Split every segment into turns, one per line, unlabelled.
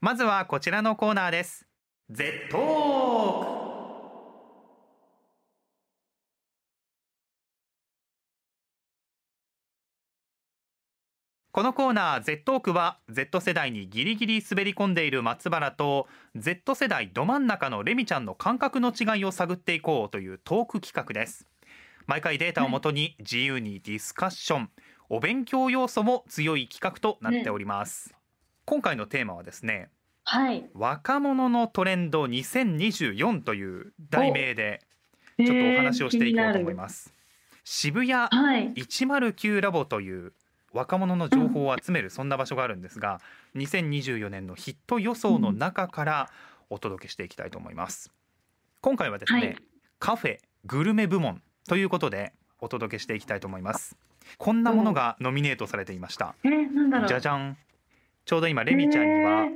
まずはこちらのコーナーです Z トークこのコーナー Z トークは Z 世代にギリギリ滑り込んでいる松原と Z 世代ど真ん中のレミちゃんの感覚の違いを探っていこうというトーク企画です毎回データをもとに自由にディスカッション、お勉強要素も強い企画となっております、今回のテーマはですね
はい。
若者のトレンド2024という題名で
ちょ
ちょっとお話をしていこうと思い
す。
ます、渋谷
はい。
109ラボという若者の情報を集めるそんな場所があるんですが2024年のヒット予想の中からお届けしていきたいと思います今回はですね、
はい
カフェグルメ部門ということでお届けしていきたいと思いますこんなものがノミネートされていました、
えー、なんだろう。
じゃじゃんちょうど今レミちゃんには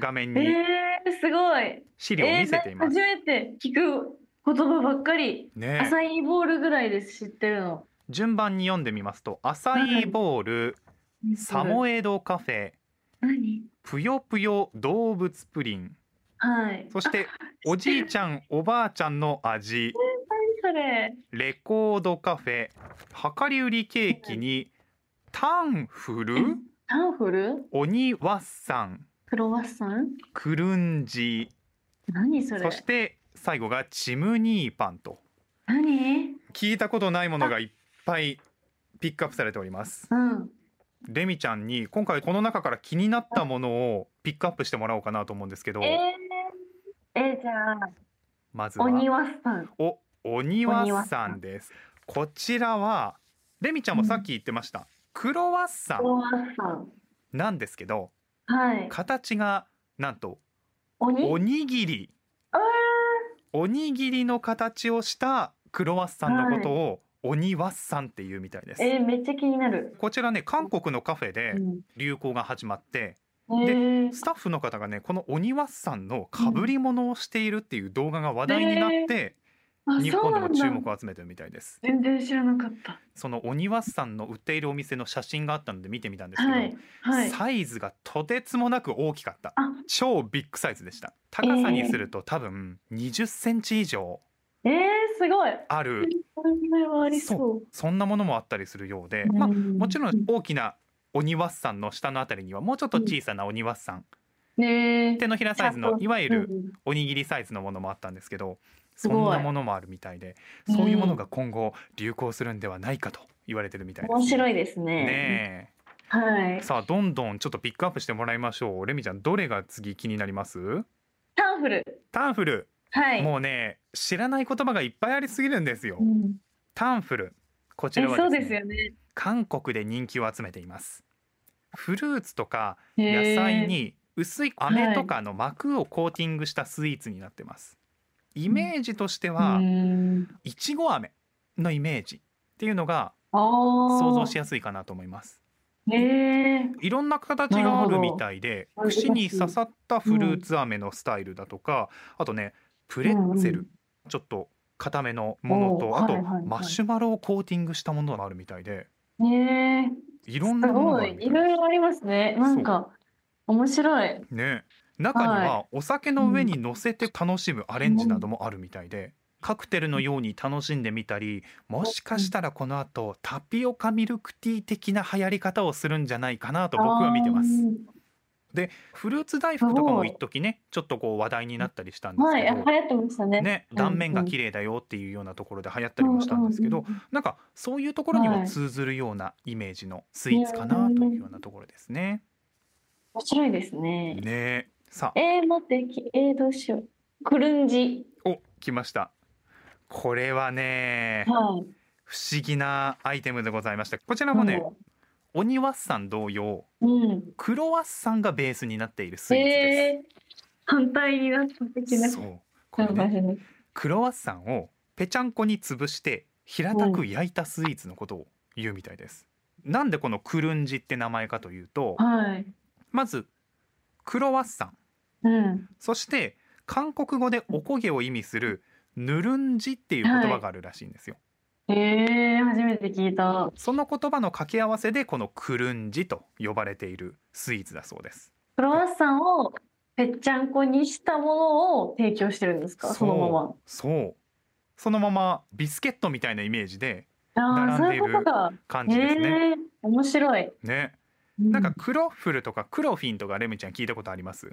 画
え
面
ー、あ、
に
えー、すごい。
資料を
え
見
ー、
せ
なん
てい
か
ます、
初めて聞く言葉ばっかり。ア
ね
サイーボールぐらいです知ってるの。
順番に読んでみますと「アサイーボール」「サモエドカフェ」
何？
「ぷよぷよ動物プリン
はい」。
そして「おじいちゃんおばあちゃんの味」
何それ。
「レコードカフェ」「量り売りケーキ」に「タンフル」
タンフル？
「鬼ワッサン」
クロワッサン？
「クルンジ
何」それ
そし？て最後が「チムニーパン」と
何？
聞いたことないものがいっぱいピックアップされております。
うん。
レミちゃんに今回この中から気になったものをピックアップしてもらおうかなと思うんですけど、
えー、えー、じゃあ
まずは
鬼ワッサン。
お鬼はさんですこちらはレミちゃんもさっき言ってました、クロワッサ
ク
ン
ロワッサン。
なんですけど
はい。
形がなんと
鬼？
おにぎり
あー
おにぎりの形をしたクロワッサンのことを鬼ワッサンっていうみたいです、
えー、めっちゃ気になる。
こちらね韓国のカフェで
うん
流行が始まって
えー、
スタッフの方がねこの鬼ワッサンのかぶり物をしているっていう動画が話題になって、
あ
日本でも
そう
注
なんだ
目を集めてるみたいです
全然知らなかった。
その鬼ワッサンの売っているお店の写真があったので見てみたんですけど、
はい。はい。
サイズがとてつもなく大きかった
あ
超ビッグサイズでした高さにすると多分20センチ以上
えー、すごい。
ある、
これぐらいはありそう。
そんなものもあったりするようで、まあ、も
も
ちろん大きな鬼ワッサンの下のあたりにはもうちょっと小さな鬼ワッサン、
ねえ。
手のひらサイズのいわゆる
うん
おにぎりサイズのものもあったんですけどそ
すごい
んなものもあるみたいでそういうものが今後流行するんではないかと言われてるみたいです、
面白
い
いですね。
ね
はい
え。さあどんどんちょっとピックアップしてもらいましょうレミちゃんどれが次気になります
タンフル。
タンフル、
はい。
もうね知らない言葉がいっぱいありすぎるんですよ、
うん
タンフルこち
え
らは
そう
ですね
ですよね。
韓国で人気を集めていますフルーツとか
へ
野
え
菜。に薄い飴とかの膜をコーティングしたスイーツになってます、イメージとしては、
うん
いちご飴のイメージっていうのが
ああ。
想像しやすいかなと思います
ええ。
いろんな形があるみたいで
なるほど
串に刺さったフルーツ飴のスタイルだとか、あとねプレッツェル、
うん
ちょっと固めのもの
お
と
う
あと、
はいはいはい
マシュマロをコーティングしたものがあるみたいで
ね
い
え。
ろんな
す
もの
ご
があ
い
る。み
い
たい
ろいろありますね。なんか面白い。
ね中にはお酒の上に乗せて楽しむアレンジなどもあるみたいで。カクテルのように楽しんでみたりもしかしたらこの後タピオカミルクティー的な流行り方をするんじゃないかなと僕は見てま
あ
す
ー。
フルーツ大福とかも一時ねちょっとこう話題になったりしたんで
はい、あ
す
流
け
行ってましたね。
どね断面が綺麗だよっていうようなところで流行ったりもしたんですけ
う
ど
んうんうん
なんかそういうところに
は
はい通ずるようなイメージのスイーツかなというようなところですね。
面白いですね。
ねさあ
えー、待って、きえー、どうしよう。クルンジ。
お来ましたこれはね
はい。
不思議なアイテムでございましたこちらもね鬼ワッサン同様
うん。
クロワッサンがベースになっているスイーツで
えー、反対になった的な
す。そうこれね
ね。
クロワッサンをぺちゃんこに潰して平たく焼いたスイーツのことを言うみたいです、なんでこのクルンジって名前かというと
はい。
まずクロワッサン
うん。
そして韓国語でおこげを意味するヌルンジっていう言葉があるらしいんですよ、
えー、初めて聞いた。
その言葉の掛け合わせでこのクルンジと呼ばれているスイーツだそうです
クロワッサンをぺっちゃんこにしたものを提供してるんですか
そう
そのま
そうそのままビスケットみたいなイメージで
まああー
並ん
そう
でい
い
る
うことか
感
へ
じですね。
え面白い
ね
な
なんかクロッフルとかクロフィンとかレミちゃん聞いたことあります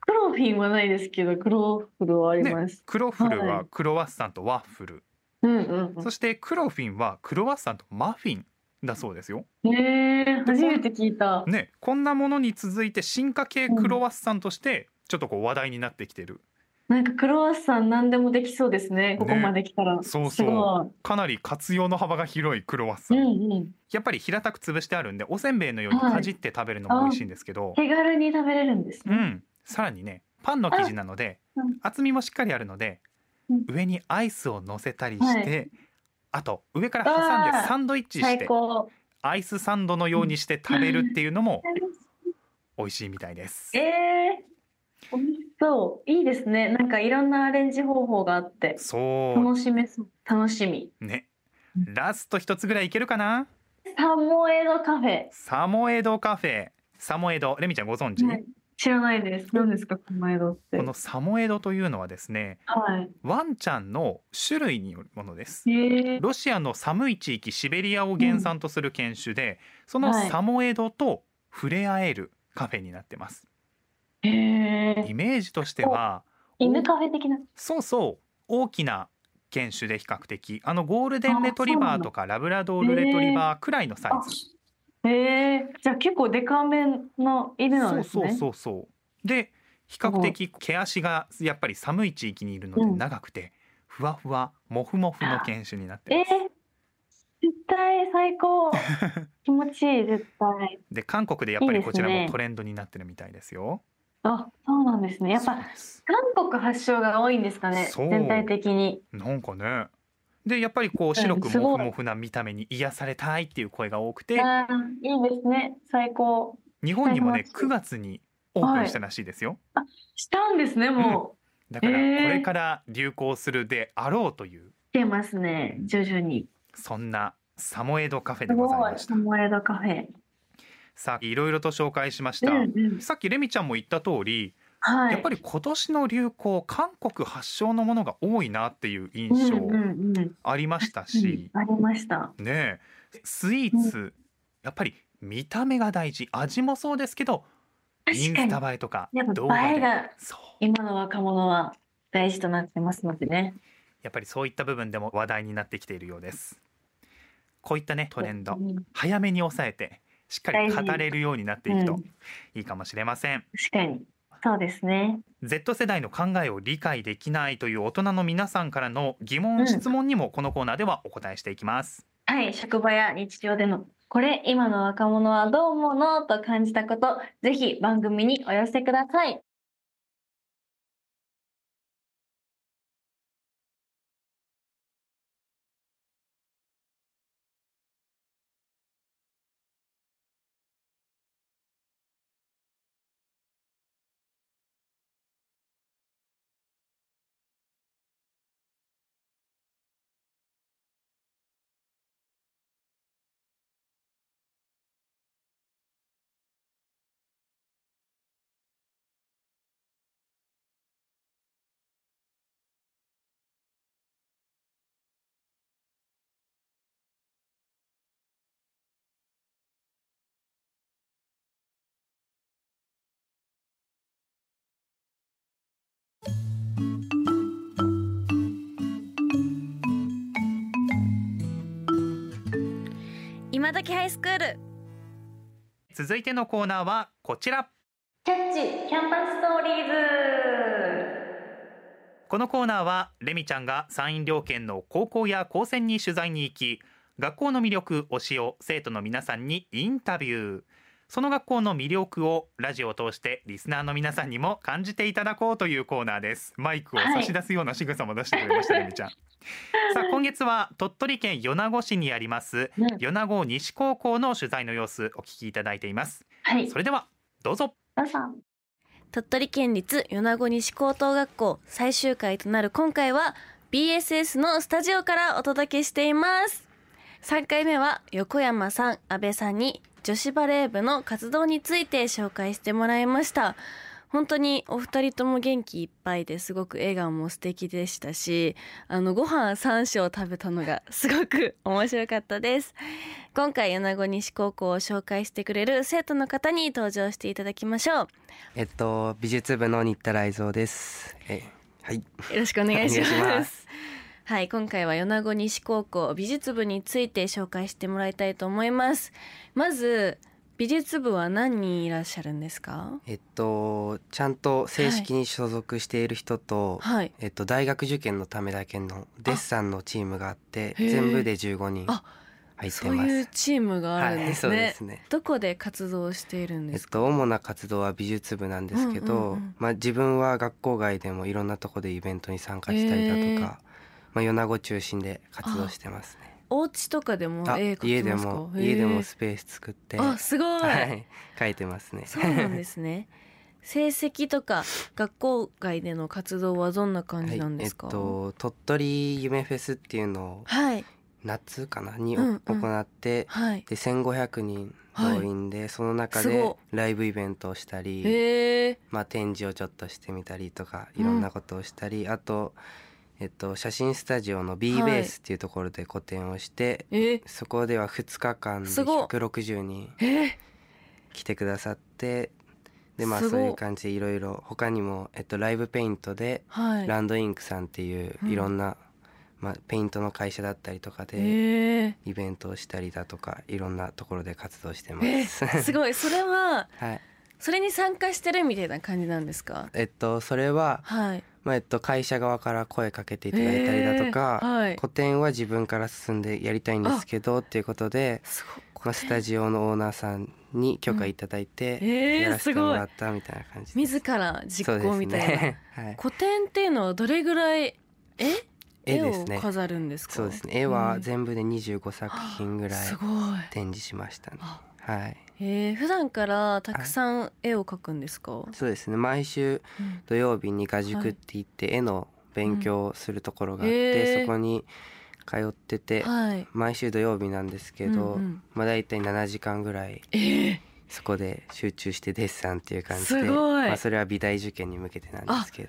クロフィンはないですけどクロフルはあります、
クロッフル
は
はいクロワッサンとワッフル、
うんうん
そしてクロフィンはクロワッサンとマフィンだそうですよ。
うんへえ初めて聞いた
ねこんなものに続いて進化系クロワッサンとしてちょっとこう話題になってきてる
なんかクロワッサン何でもできそうですねここまで来たら、
そうそう
すご
かなり活用の幅が広いクロワッサ
い、
ン、
うんうん、
やっぱり平たく潰してあるんでおせんべいのようにかじって食べるのも美味しいんですけど、
手軽に食べれるんです
う
ね、
ん、さらにねパンの生地なので、
あうん
厚みもしっかりあるので、
うん
上にアイスを乗せたりして、あと上から挟ん
あ
で
ー
サンドイッチし
最
て
高
アイスサンドのようにして食べるっていうのも美味しいみたいです。
えー、美味しそういいですねなんかいろんなアレンジ方法があって
そ
楽しめそう楽しみ
うねラスト一つぐらいいけるかな
サモエドカフェ、
サモエドカフェサモエドレミちゃんご存知、
はい知らないです何ですかサモエドって
このサモエドというのはですね
はい
ワンちゃんの種類によるものです
えー、
ロシアの寒い地域シベリアを原産とする犬種で、その
はい
サモエドと触れ合えるカフェになってます、
え
イ
ー、
メージとしては
犬カフェ的な
そうそう大きな犬種で比較的あのゴールデンレトリバーとかラブラドールレトリバーくらいのサイ
あ
ズ、
えー、じゃあ結構デカめの犬なん
そう
です
そう
ね
そうそうで比較的毛足がやっぱり寒い地域にいるので
うん
長くて、ふわふわもふもふの犬種になって
えー
ます、
絶対 最高気持ちいい絶対
で韓国でやっぱりこちら
いいです
も
ね
トレンドになってるみたいですよ
あそうなんですねやっ
そう
ぱ
です
韓国発祥が多いんですかね
そう
全体的に
なんかねでやっぱりこう白くもふもふな見た目に癒されたいっていう声が多くて
あーいいですね最高
日本にもね
すごい
9月にオープンしたらしいですよ、
したんですねも
だからこ
えー
れから流行するであろうという
う、来てますね徐々に
そんなサモエドカフェですござい
ごい
ました
サモエドカフェ
さあいろいろと紹介しまし
う
た、
んうん
さっきレミちゃんも言った通り、
はい
やっぱり今年の流行韓国発祥のものが多いなっていう印象
うんうんうん
ありました
うん
し、
ありました
ねえスイーツ、やっぱり見た目が大事味もそうですけどイン
確か
ス
に
タ映えとか
やっ
動
ぱ
画
映え
で
が
そう
今の若者は大事となってますのでね
やっぱりそういった部分でも話題になってきているようですこういったねトレンド
うん
早めに抑えてしっかり語れるようになっていく
う
と
ん
いいかもしれません、
確かにそうですね
Z 世代の考えを理解できないという大人の皆さんからの疑問、
うん
質問にもこのコーナーではお答えしていきます
はい職場や日常でのこれ今の若者はどう思うのと感じたことぜひ番組にお寄せください
今時ハイスクール
続いてのコーナーはこちら
キャッチキャンパスストーリーズ
このコーナーはレミちゃんが山陰両県の高校や高専に取材に行き学校の魅力推しを生徒の皆さんにインタビューその学校の魅力をラジオを通してリスナーの皆さんにも感じていただこうというコーナーですマイクを差し出すような仕草も出してくれました、 レミちゃんさあ今月は鳥取県米子市にあります
うん
米子西高校の取材の様子お聞きいただいています
はい
それではどうぞ
どうぞ
鳥取県立米子西高等学校最終回となる今回は BSS のスタジオからお届けしています3回目は横山さん阿部さんに女子バレー部の活動について紹介してもらいました
本当にお二人とも元気いっぱいですごく笑顔も素敵でしたしあのご飯3種を食べたのがすごく面白かったです今回米子西高校を紹介してくれる生徒の方に登場していただきましょう
えっと美術部の新田雷蔵です。えはい。
よろしくお願いします
お願いしま
はい今回は米子西高校美術部について紹介してもらいたいと思いますまず美術部は何人いらっしゃるんですか
えっとちゃんと正式に所属している人と、
はい
えっと大学受験のためだけのデッサンのチームがあって
あへー
全部で15人入って
あ
ます。
そういうチームがあるんですね,、
はい、そうですね。
どこで活動しているん
え
で
っ
すか、
と主な活動は美術部なんですけど、
うんうんうん
まあ自分は学校外でもいろんなとこでイベントに参加したりだと
へー
か、まあ米子中心で活動してますね。
お家とかでも
あ
絵描きますか
家でも
へー
家でもスペース作って、
あすごい、
はい書いてますね。
そうなんです ね成績とか学校外での活動はどんな感じなんですか、
はい、えっと鳥取夢フェスっていうのを
はい
夏かなに、
うんうん
行って
はい
で1500人動員で、その中
す
で
ご
ライブイベントをしたり、
へえ
まあ、展示をちょっとしてみたりとか
うん
いろんなことをしたり、あと、えっと、写真スタジオの B ベ
はい
ースっていうところで個展をして、
え
そこでは2日間です
ごい
160人
えー
来てくださってでまあ
すご
そ
いう
いう感じでいろいろ他にも、えっと、ライブペイントで
はい
ランドインクさんっていう
うん
いろんな、まあ、ペイントの会社だったりとかで
ええ
イベントをしたりだとかいろんなところで活動してま
え
す。
すごいそれは
はい
それに参加してるみたいな感じなんですか
えっと、それは、
はい
まあえっと、会社側から声かけていただいたりだとか、
えーはい
個展は自分から進んでやりたいんですけどっていうことで、
す
まあ、スタジオのオーナーさんに許可いただい
うんえ
て
ー
やらせてもらったみたいな感じです
自ら実行みたいな、
そうですね はい、
古典っていうのはどれぐらいえ
絵
絵
です
を
ね
飾るんですか
そうですね絵は全部で25作品ぐらい
すごい
展示しましたね
あ
はい
えー、普段からたくさん絵を描くんですか、
そうですね毎週
うん
土曜日に画塾って言って絵の勉強をするところがあっ
うんへ
て、
ー
そこに通ってて、
はい
毎週土曜日なんですけど、
うんうん
まあ大体7時間ぐらい
えー、
そこで集中してデッサンっていう感じです
ごい
まあ、それは美大受験に向けてなんですけど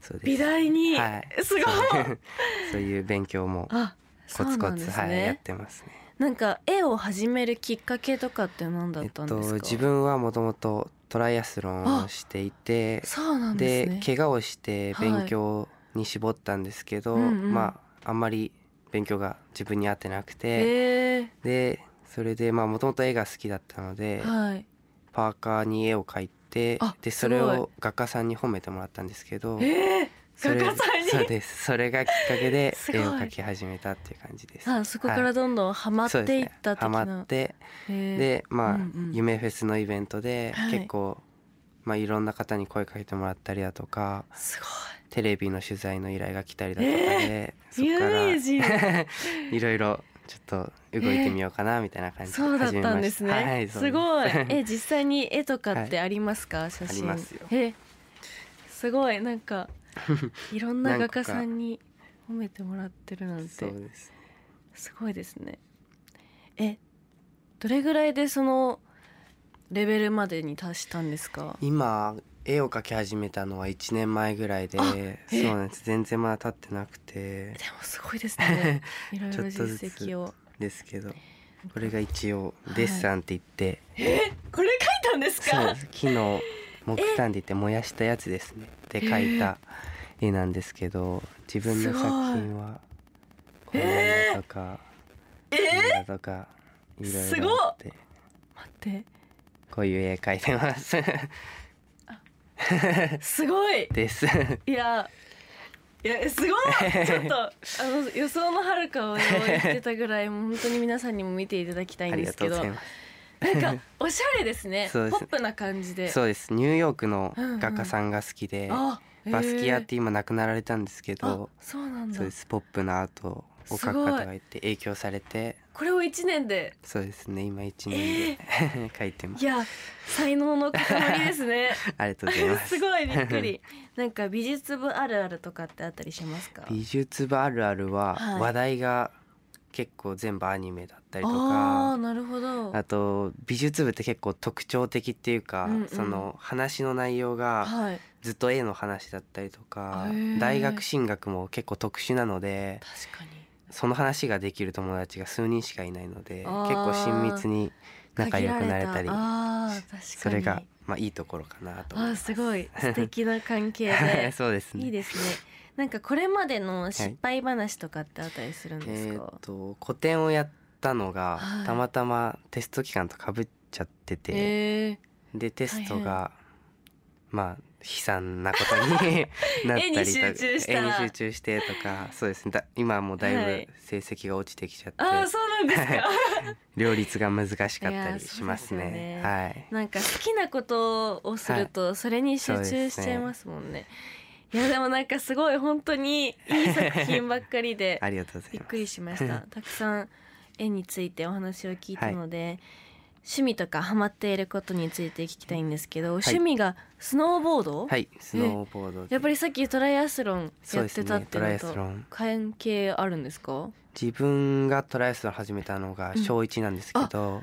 そうです
美大に、
はい
すごい
そう そういう勉強も
あそ
コ
う
ツ
な
コ
んで
ツ、
す
はい、やっ
ね
てますね。
なんか絵を始めるきっかけとかって何だ
え
っ
ったと
んですか、
自分はもともとトライアスロンをしていて
そうなんです
で
ね
怪我をして
はい
勉強に絞ったんですけど、
うんうん
まああんまり勉強が自分に合ってなくて、
え
でそれでまあもともと絵が好きだったので、
ー、はい
パーカーに絵を描いて
あ
ですそ
ごい
れを画家さんに褒めてもらったんですけど、
え
それ
画家さんに
そうですそれがきっかけで
すご
絵
い
を描き始めたっていう感じです。
ー、あそこからどんどんハマっ
そうです
てい
ね
った的な、
ハマって
えー
でまあ、
うんうん
夢フェスのイベントで
はい
結構、まあ、いろんな方に声かけてもらったりだとか
すごい
テレビの取材の依頼が来たりだとかで、そ
有
こから
名人
いろいろちょっと動いてみようかなみたいな感じで
そうだっ
始めました
たんですね。
はい、
す
そうです
ごい。え、実際に絵とかってありますか、写真。
ありますよ
え、すごいなん かいろんな画家さんに褒めてもらってるなん
そう
て
です
すごいですね。え、どれぐらいでそのレベルまでに達したんですか。
今絵を描き始めたのは1年前ぐらいで
あ
そうなんです全然まだ経ってなくて
でもすごいですね。いろい
ちょ
ろ
っ
実
とずつ
績を。
ですけどこれが一応デッサンって言って、
これ書いたんです
そう
か
で。す木の木炭で言って燃やしたやつですねで描いた絵なんですけど自分の
す
作
ごい
品はこんなのとか、こんなのとかいろいろあって
待 って、
こういう絵描いてます
すごい。
です
いやいやすごいちょっと あの予想のはるかを言ってたぐらいもう本当に皆さんにも見ていただきたい
あ
ん
り
で
が
す
と
け
うご
ど
ざい
な
ま
ん
す
か おしゃれですね
そうです
ポ
ね
ップな感じで
そうですニューヨークの
うんうん
画家さんが好きで、
あへー
バスキアって今亡くなられたんですけ
あ
ど
そうなんだ
そうですポップなアートを描く方がいて影響されて
これを一年で
そうですね今1年で 描いてま
い
す
や才能の塊ですね
ありがとうございます
すごいびっくりなんか美術部あるあるとかってあったりしますか
美術部あるあるは
はい
話題が結構全部アニメだったりと
あ
か
あなるほど
あと美術部って結構特徴的っていうか、
うんうん
その話の内容が
はい
ずっと絵の話だったりとか
へー
大学進学も結構特殊なので
確かに
その話ができる友達が数人しかいないので結
あー
構親密に仲良くなれた
限られ
り
たあー確かに
それがまあいいところかなと
あ
思
ー
います。
す ごい素敵な関係
はい
で
そうですね
いいですねなんかこれまでの失敗話とかってあったりするんです
え
か、
ーっと個展をやったのが、
はい
たまたまテスト期間とかぶっちゃってて、
え
でテストがまあ悲惨 なことになったりとか
絵に集中した
絵に集中してとかそうですねだ今はもうだ
はいい
ぶ成績が落ちてきちゃって、
ー、ああそうなんですか
両立が難しかっ
いや
た
ー
りします
そうです
ね
よね
はい
なんか好きなことをするとそれに集中しちゃいますもんね,、い、やでもなんかすごい本当にいい作品ばっかりで
ありがとうござ
びっ
いま
くりしま したたくさん絵についてお話を聞いたので、趣味とかハマっていることについて聞きたいんですけど、趣味がスノーボード、
すはいスノーボードで
やっぱりさっきトライアスロン
そう
やっ
で
て
す
たっ
ね
て
トライ
の
アス
と
ロン
関係あるんですか
自分がトライアスロン始めたのが小1なんですけど、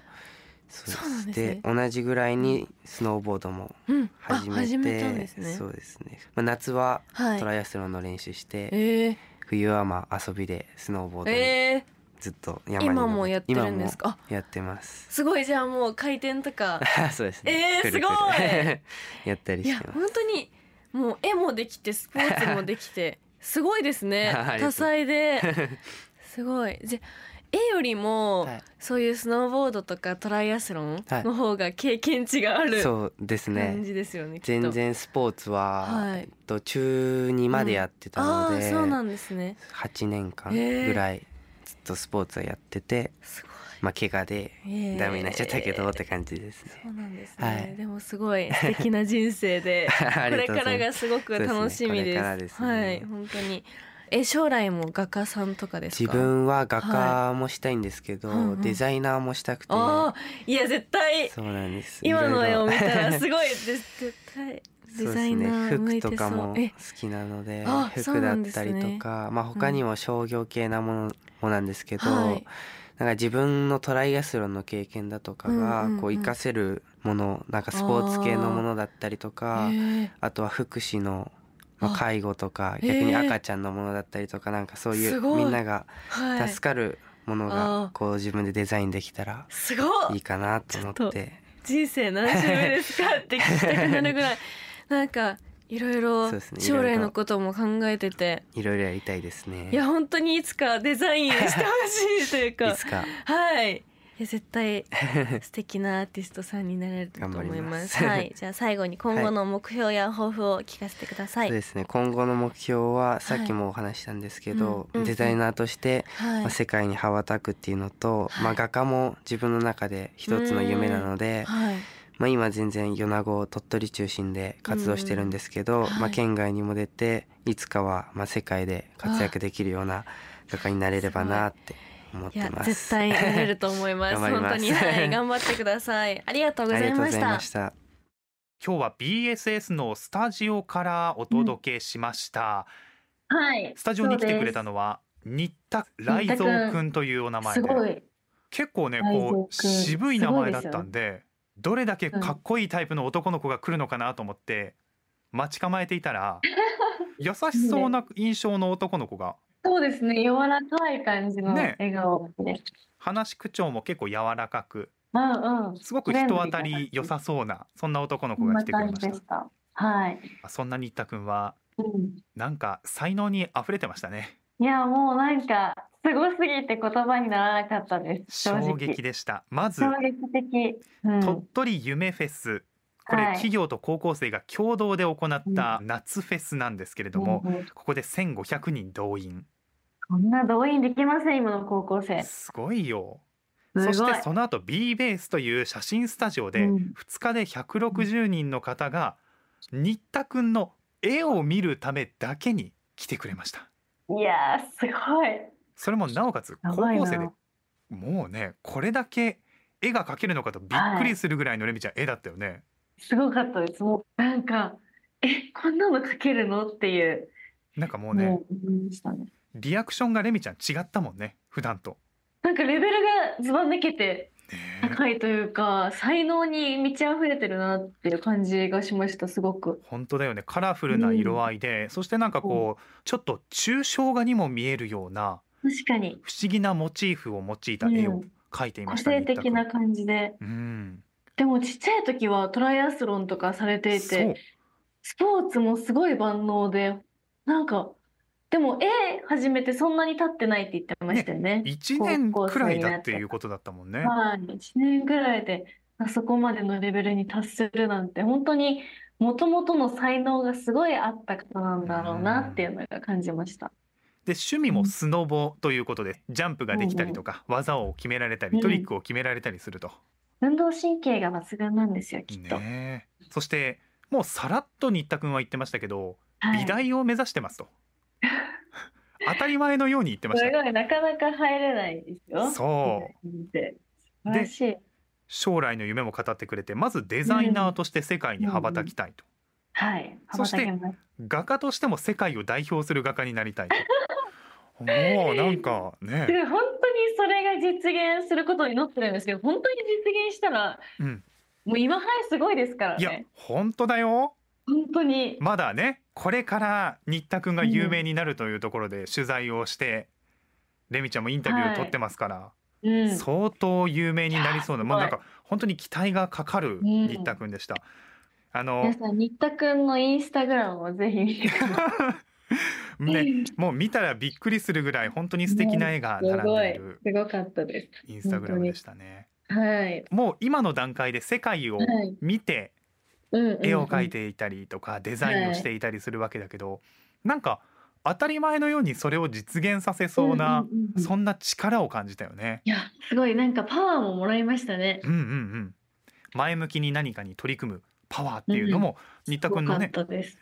そう
そうなんですね
同じぐらいにスノーボードも
うんあ
始めて、
始めたんですね
そうですね、まあ、夏は
はい
トライアスロンの練習して、
えー、
冬はまあ遊びでスノーボードに
え
ずっと
ー、
山に登
今もやってるんですかあ
今もやってます
すごいじゃあもう回転と か
そうですね
えー
くるくる
すご
やったり
い
し
や
てます
本当にもう絵もできてスポーツもでき てすごいですね
ありがとう
多彩ですごいじゃ絵よりも、
はい
そういうスノーボードとかトライアスロン
はい
の方が経験値がある
そうです
感
ね
じですよね、きっと
全然スポーツは、
はい
えっと中2までやってた
ああ
の
ー
で、
そうなんですね
8年間
へー
ぐらいずっとスポーツをやってて、
す
まあ、怪我で
ごい
ダメになっちゃったけどっ
えー
て感じですね。
そうなんです
は
ね、
い
でもすごい素敵な人生 で こ
あり
れ
がとうご
か
ざ
ら
いま
が
す
すごく楽しみ
そうですねこれ
で
から
す
ですね
はい本当にえ将来も画家さんとかですか
自分は画家もしたいんですけど、
はいうんうん
デザイナーもしたくて、
ああいや絶対
そうなんです。
今の絵を見た らす
い
ごいぜ絶対
ろいろ
デザイナー
そう
向
で
い
すね。服と
てそ
かも
う
好
え
きなので
あ、そう
服
な
だ
ん
っ
です
た
ね
りとか、まあ他にも商業系なもの、もなんですけど、
はい
なんか自分のトライアスロンの経験だとか
う
が、
んうんうん
こう活かせるもの、なんかスポーツ系のものだったりとか、
へえ
あとは福祉の、まあ
あ
介護とか
へえ
逆に赤ちゃんのものだったりとかなんかそうい
す
う
ごい
みんなが
はい
助かるもの
あー
がこう自分でデザインできたら
すご
い
い
いかなと
ちょ
思
っ
っ
と
て
人生何周目ですかって聞きたくなるぐ らいなんかいろいろ
そうですね
将
いろい
来
ろ
のことも考えてて
いろいろやりたいですね。
いや本当にいつかデザインしてほしいというか
いつか
はいいや絶対素敵なアーティストさんになれると思
頑張
い
り
ま
ますす
はいじゃあ最後に今後の目標や抱負を聞かせてください
そうですね今後の目標はさっきもお話ししたんですけど、
うんうん
デザイナーとして、
は
まあ、世界に羽ばたくっていうのと、
はい
まあ、画家も自分の中で一つの夢なので、
はい
まあ、今全然米子鳥取中心で活動してるんですけ
うん
ど、
はい
まあ、県外にも出ていつかはまあ世界で活躍できるような画家になれればなって思っ
い
て
や
ます。
絶対なれると思います
頑張ります
本当にはい頑張ってくださいありがとうご
あ
ざい
りがと
ま
うござ
し
い
た
ました。
今日は BSS のスタジオからお届けしました、
はい。
スタジオに来てくれたのは新田雷蔵くんというお名
そうです。
前
す
で
ごい。
結構ね
雷蔵
こう
くん
渋い名前だったんでどれだけかっこいいタイプの男の子が来るのかなと思って待ち構えてい たら優しそうな印象の男の子が
そうですね。柔らかい感じの
ね
笑顔です。
話し口調も結構柔らかく
うんうん。
すごく人当たり良さそうなそんな男の子
こん
が
な
来てくれ
感
ま
じ
し
でした。はい。
たそんな新田くんは
うん。
なんか才能に溢れてましたね
いやもうなんかすごすぎて言葉にならなかったです。正直。
衝撃でしたまず
衝撃的。うん。
鳥取夢フェスこれ
はい
企業と高校生が共同で行った夏フェスなんですけれども、
うんうん
ここで1500人動員
こんな動員できません今の高校生。す
すごいよ
ごい。
そしてその後 B ベースという写真スタジオで
うん
2日で160人の方が新田くんの絵を見るためだけに来てくれました
いやーすごい。
それもなおかつ
や
高
ばい
校
な
生でもうねこれだけ絵が描けるのかとびっくりするぐらいのレミちゃん絵だったよね、
すごかったです。もうなんかえこんなの書けるのっていう
なんかもうね
もう思いましたね。
リアクションがレミちゃん違ったもんね普段と
なんかレベルがずば抜けて高いというか、才能に満ち溢れてるなっていう感じがしましたすごく。
本当だよねカラフルな色合いで、そしてなんかこうちょっと抽象画にも見えるような
確かに、
不思議なモチーフを用いた
う
絵を
ん、
描いていま
個
した、
性
新田
的
君
な感じで
うん
でもちっちゃい時はトライアスロンとかされてい
そう
てスポーツもすごい万能でなんかでも絵始めてそんなに経ってないって言ってましたよね。
1年
高校
く
生
らい
に
だ
な
っ
ってて
いうことだったもんね。
はい、1年ぐらいであそこまでのレベルに達するなんて本当にもともとの才能がすごいあった方なんだろうなっていうのが感じました。
で趣味もスノボということでジャンプができたりとか技を決められたりトリックを決められたりすると。
運動神経が抜群なんですよ、きっと。
ねえそしてもうさらっと新田君は言ってましたけど
はい
美大を目指してます と当たり前のように言ってまし
す
た
ごい、なかなか入れないですよ。
そう
う。で、素晴らしい。
将来の夢も語ってくれてまずデザイナーとして世界に羽ばたきたいと、
はい、
そ
羽ば
して
たけます。
画家としても世界を代表する画家になりたいともうなんか
で
ね、
も本当にそれが実現することを祈ってるんですけど、本当に実現したら、
うん、
もう今はいすごいですから
いや
ね。
本当だよ
本当に。
まだねこれから新田君が有名になるというところで取材をして、レミちゃんもインタビューを取ってますから、
うん。
相当有名になりそうない
や
も
ー
うな
すご
ん
い
か本当に期待がかかる
うん
新田君でした、あの
皆さん、新田くんのインスタグラムをぜひ見てください。
ねもう見たらびっくりするぐらい本当に素敵な絵が
す
並ん
ご
でい
い
る、
すごかったで
インスタグラムでしたね
す。はい。
もう今の段階で世界を
はい。
見て
うんうんうん
絵を描いていたりとかデザインをしていたりするわけだけど、なんか当たり前のようにそれを実現させそうな、
んんんうん
そんな力を感じたよね
いや、すごい、なんかパワーももらいましたね。
うんうんうん前向きに何かに取り組むパワーっていうのも新田君のね
すごかったです。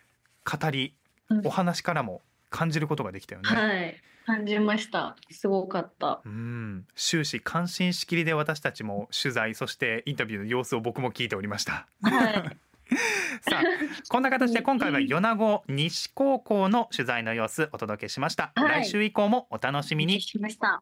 語り
うん
お話からも感じることができたよね。
はい。感じました。すごかった。
うん終始感心しきりで私たちも取材そしてインタビューの様子を僕も聞いておりました
はい。
さあこんな形で今回は米子西高校の取材の様子お届けしました、
は い
来週以降もお楽しみに
しました。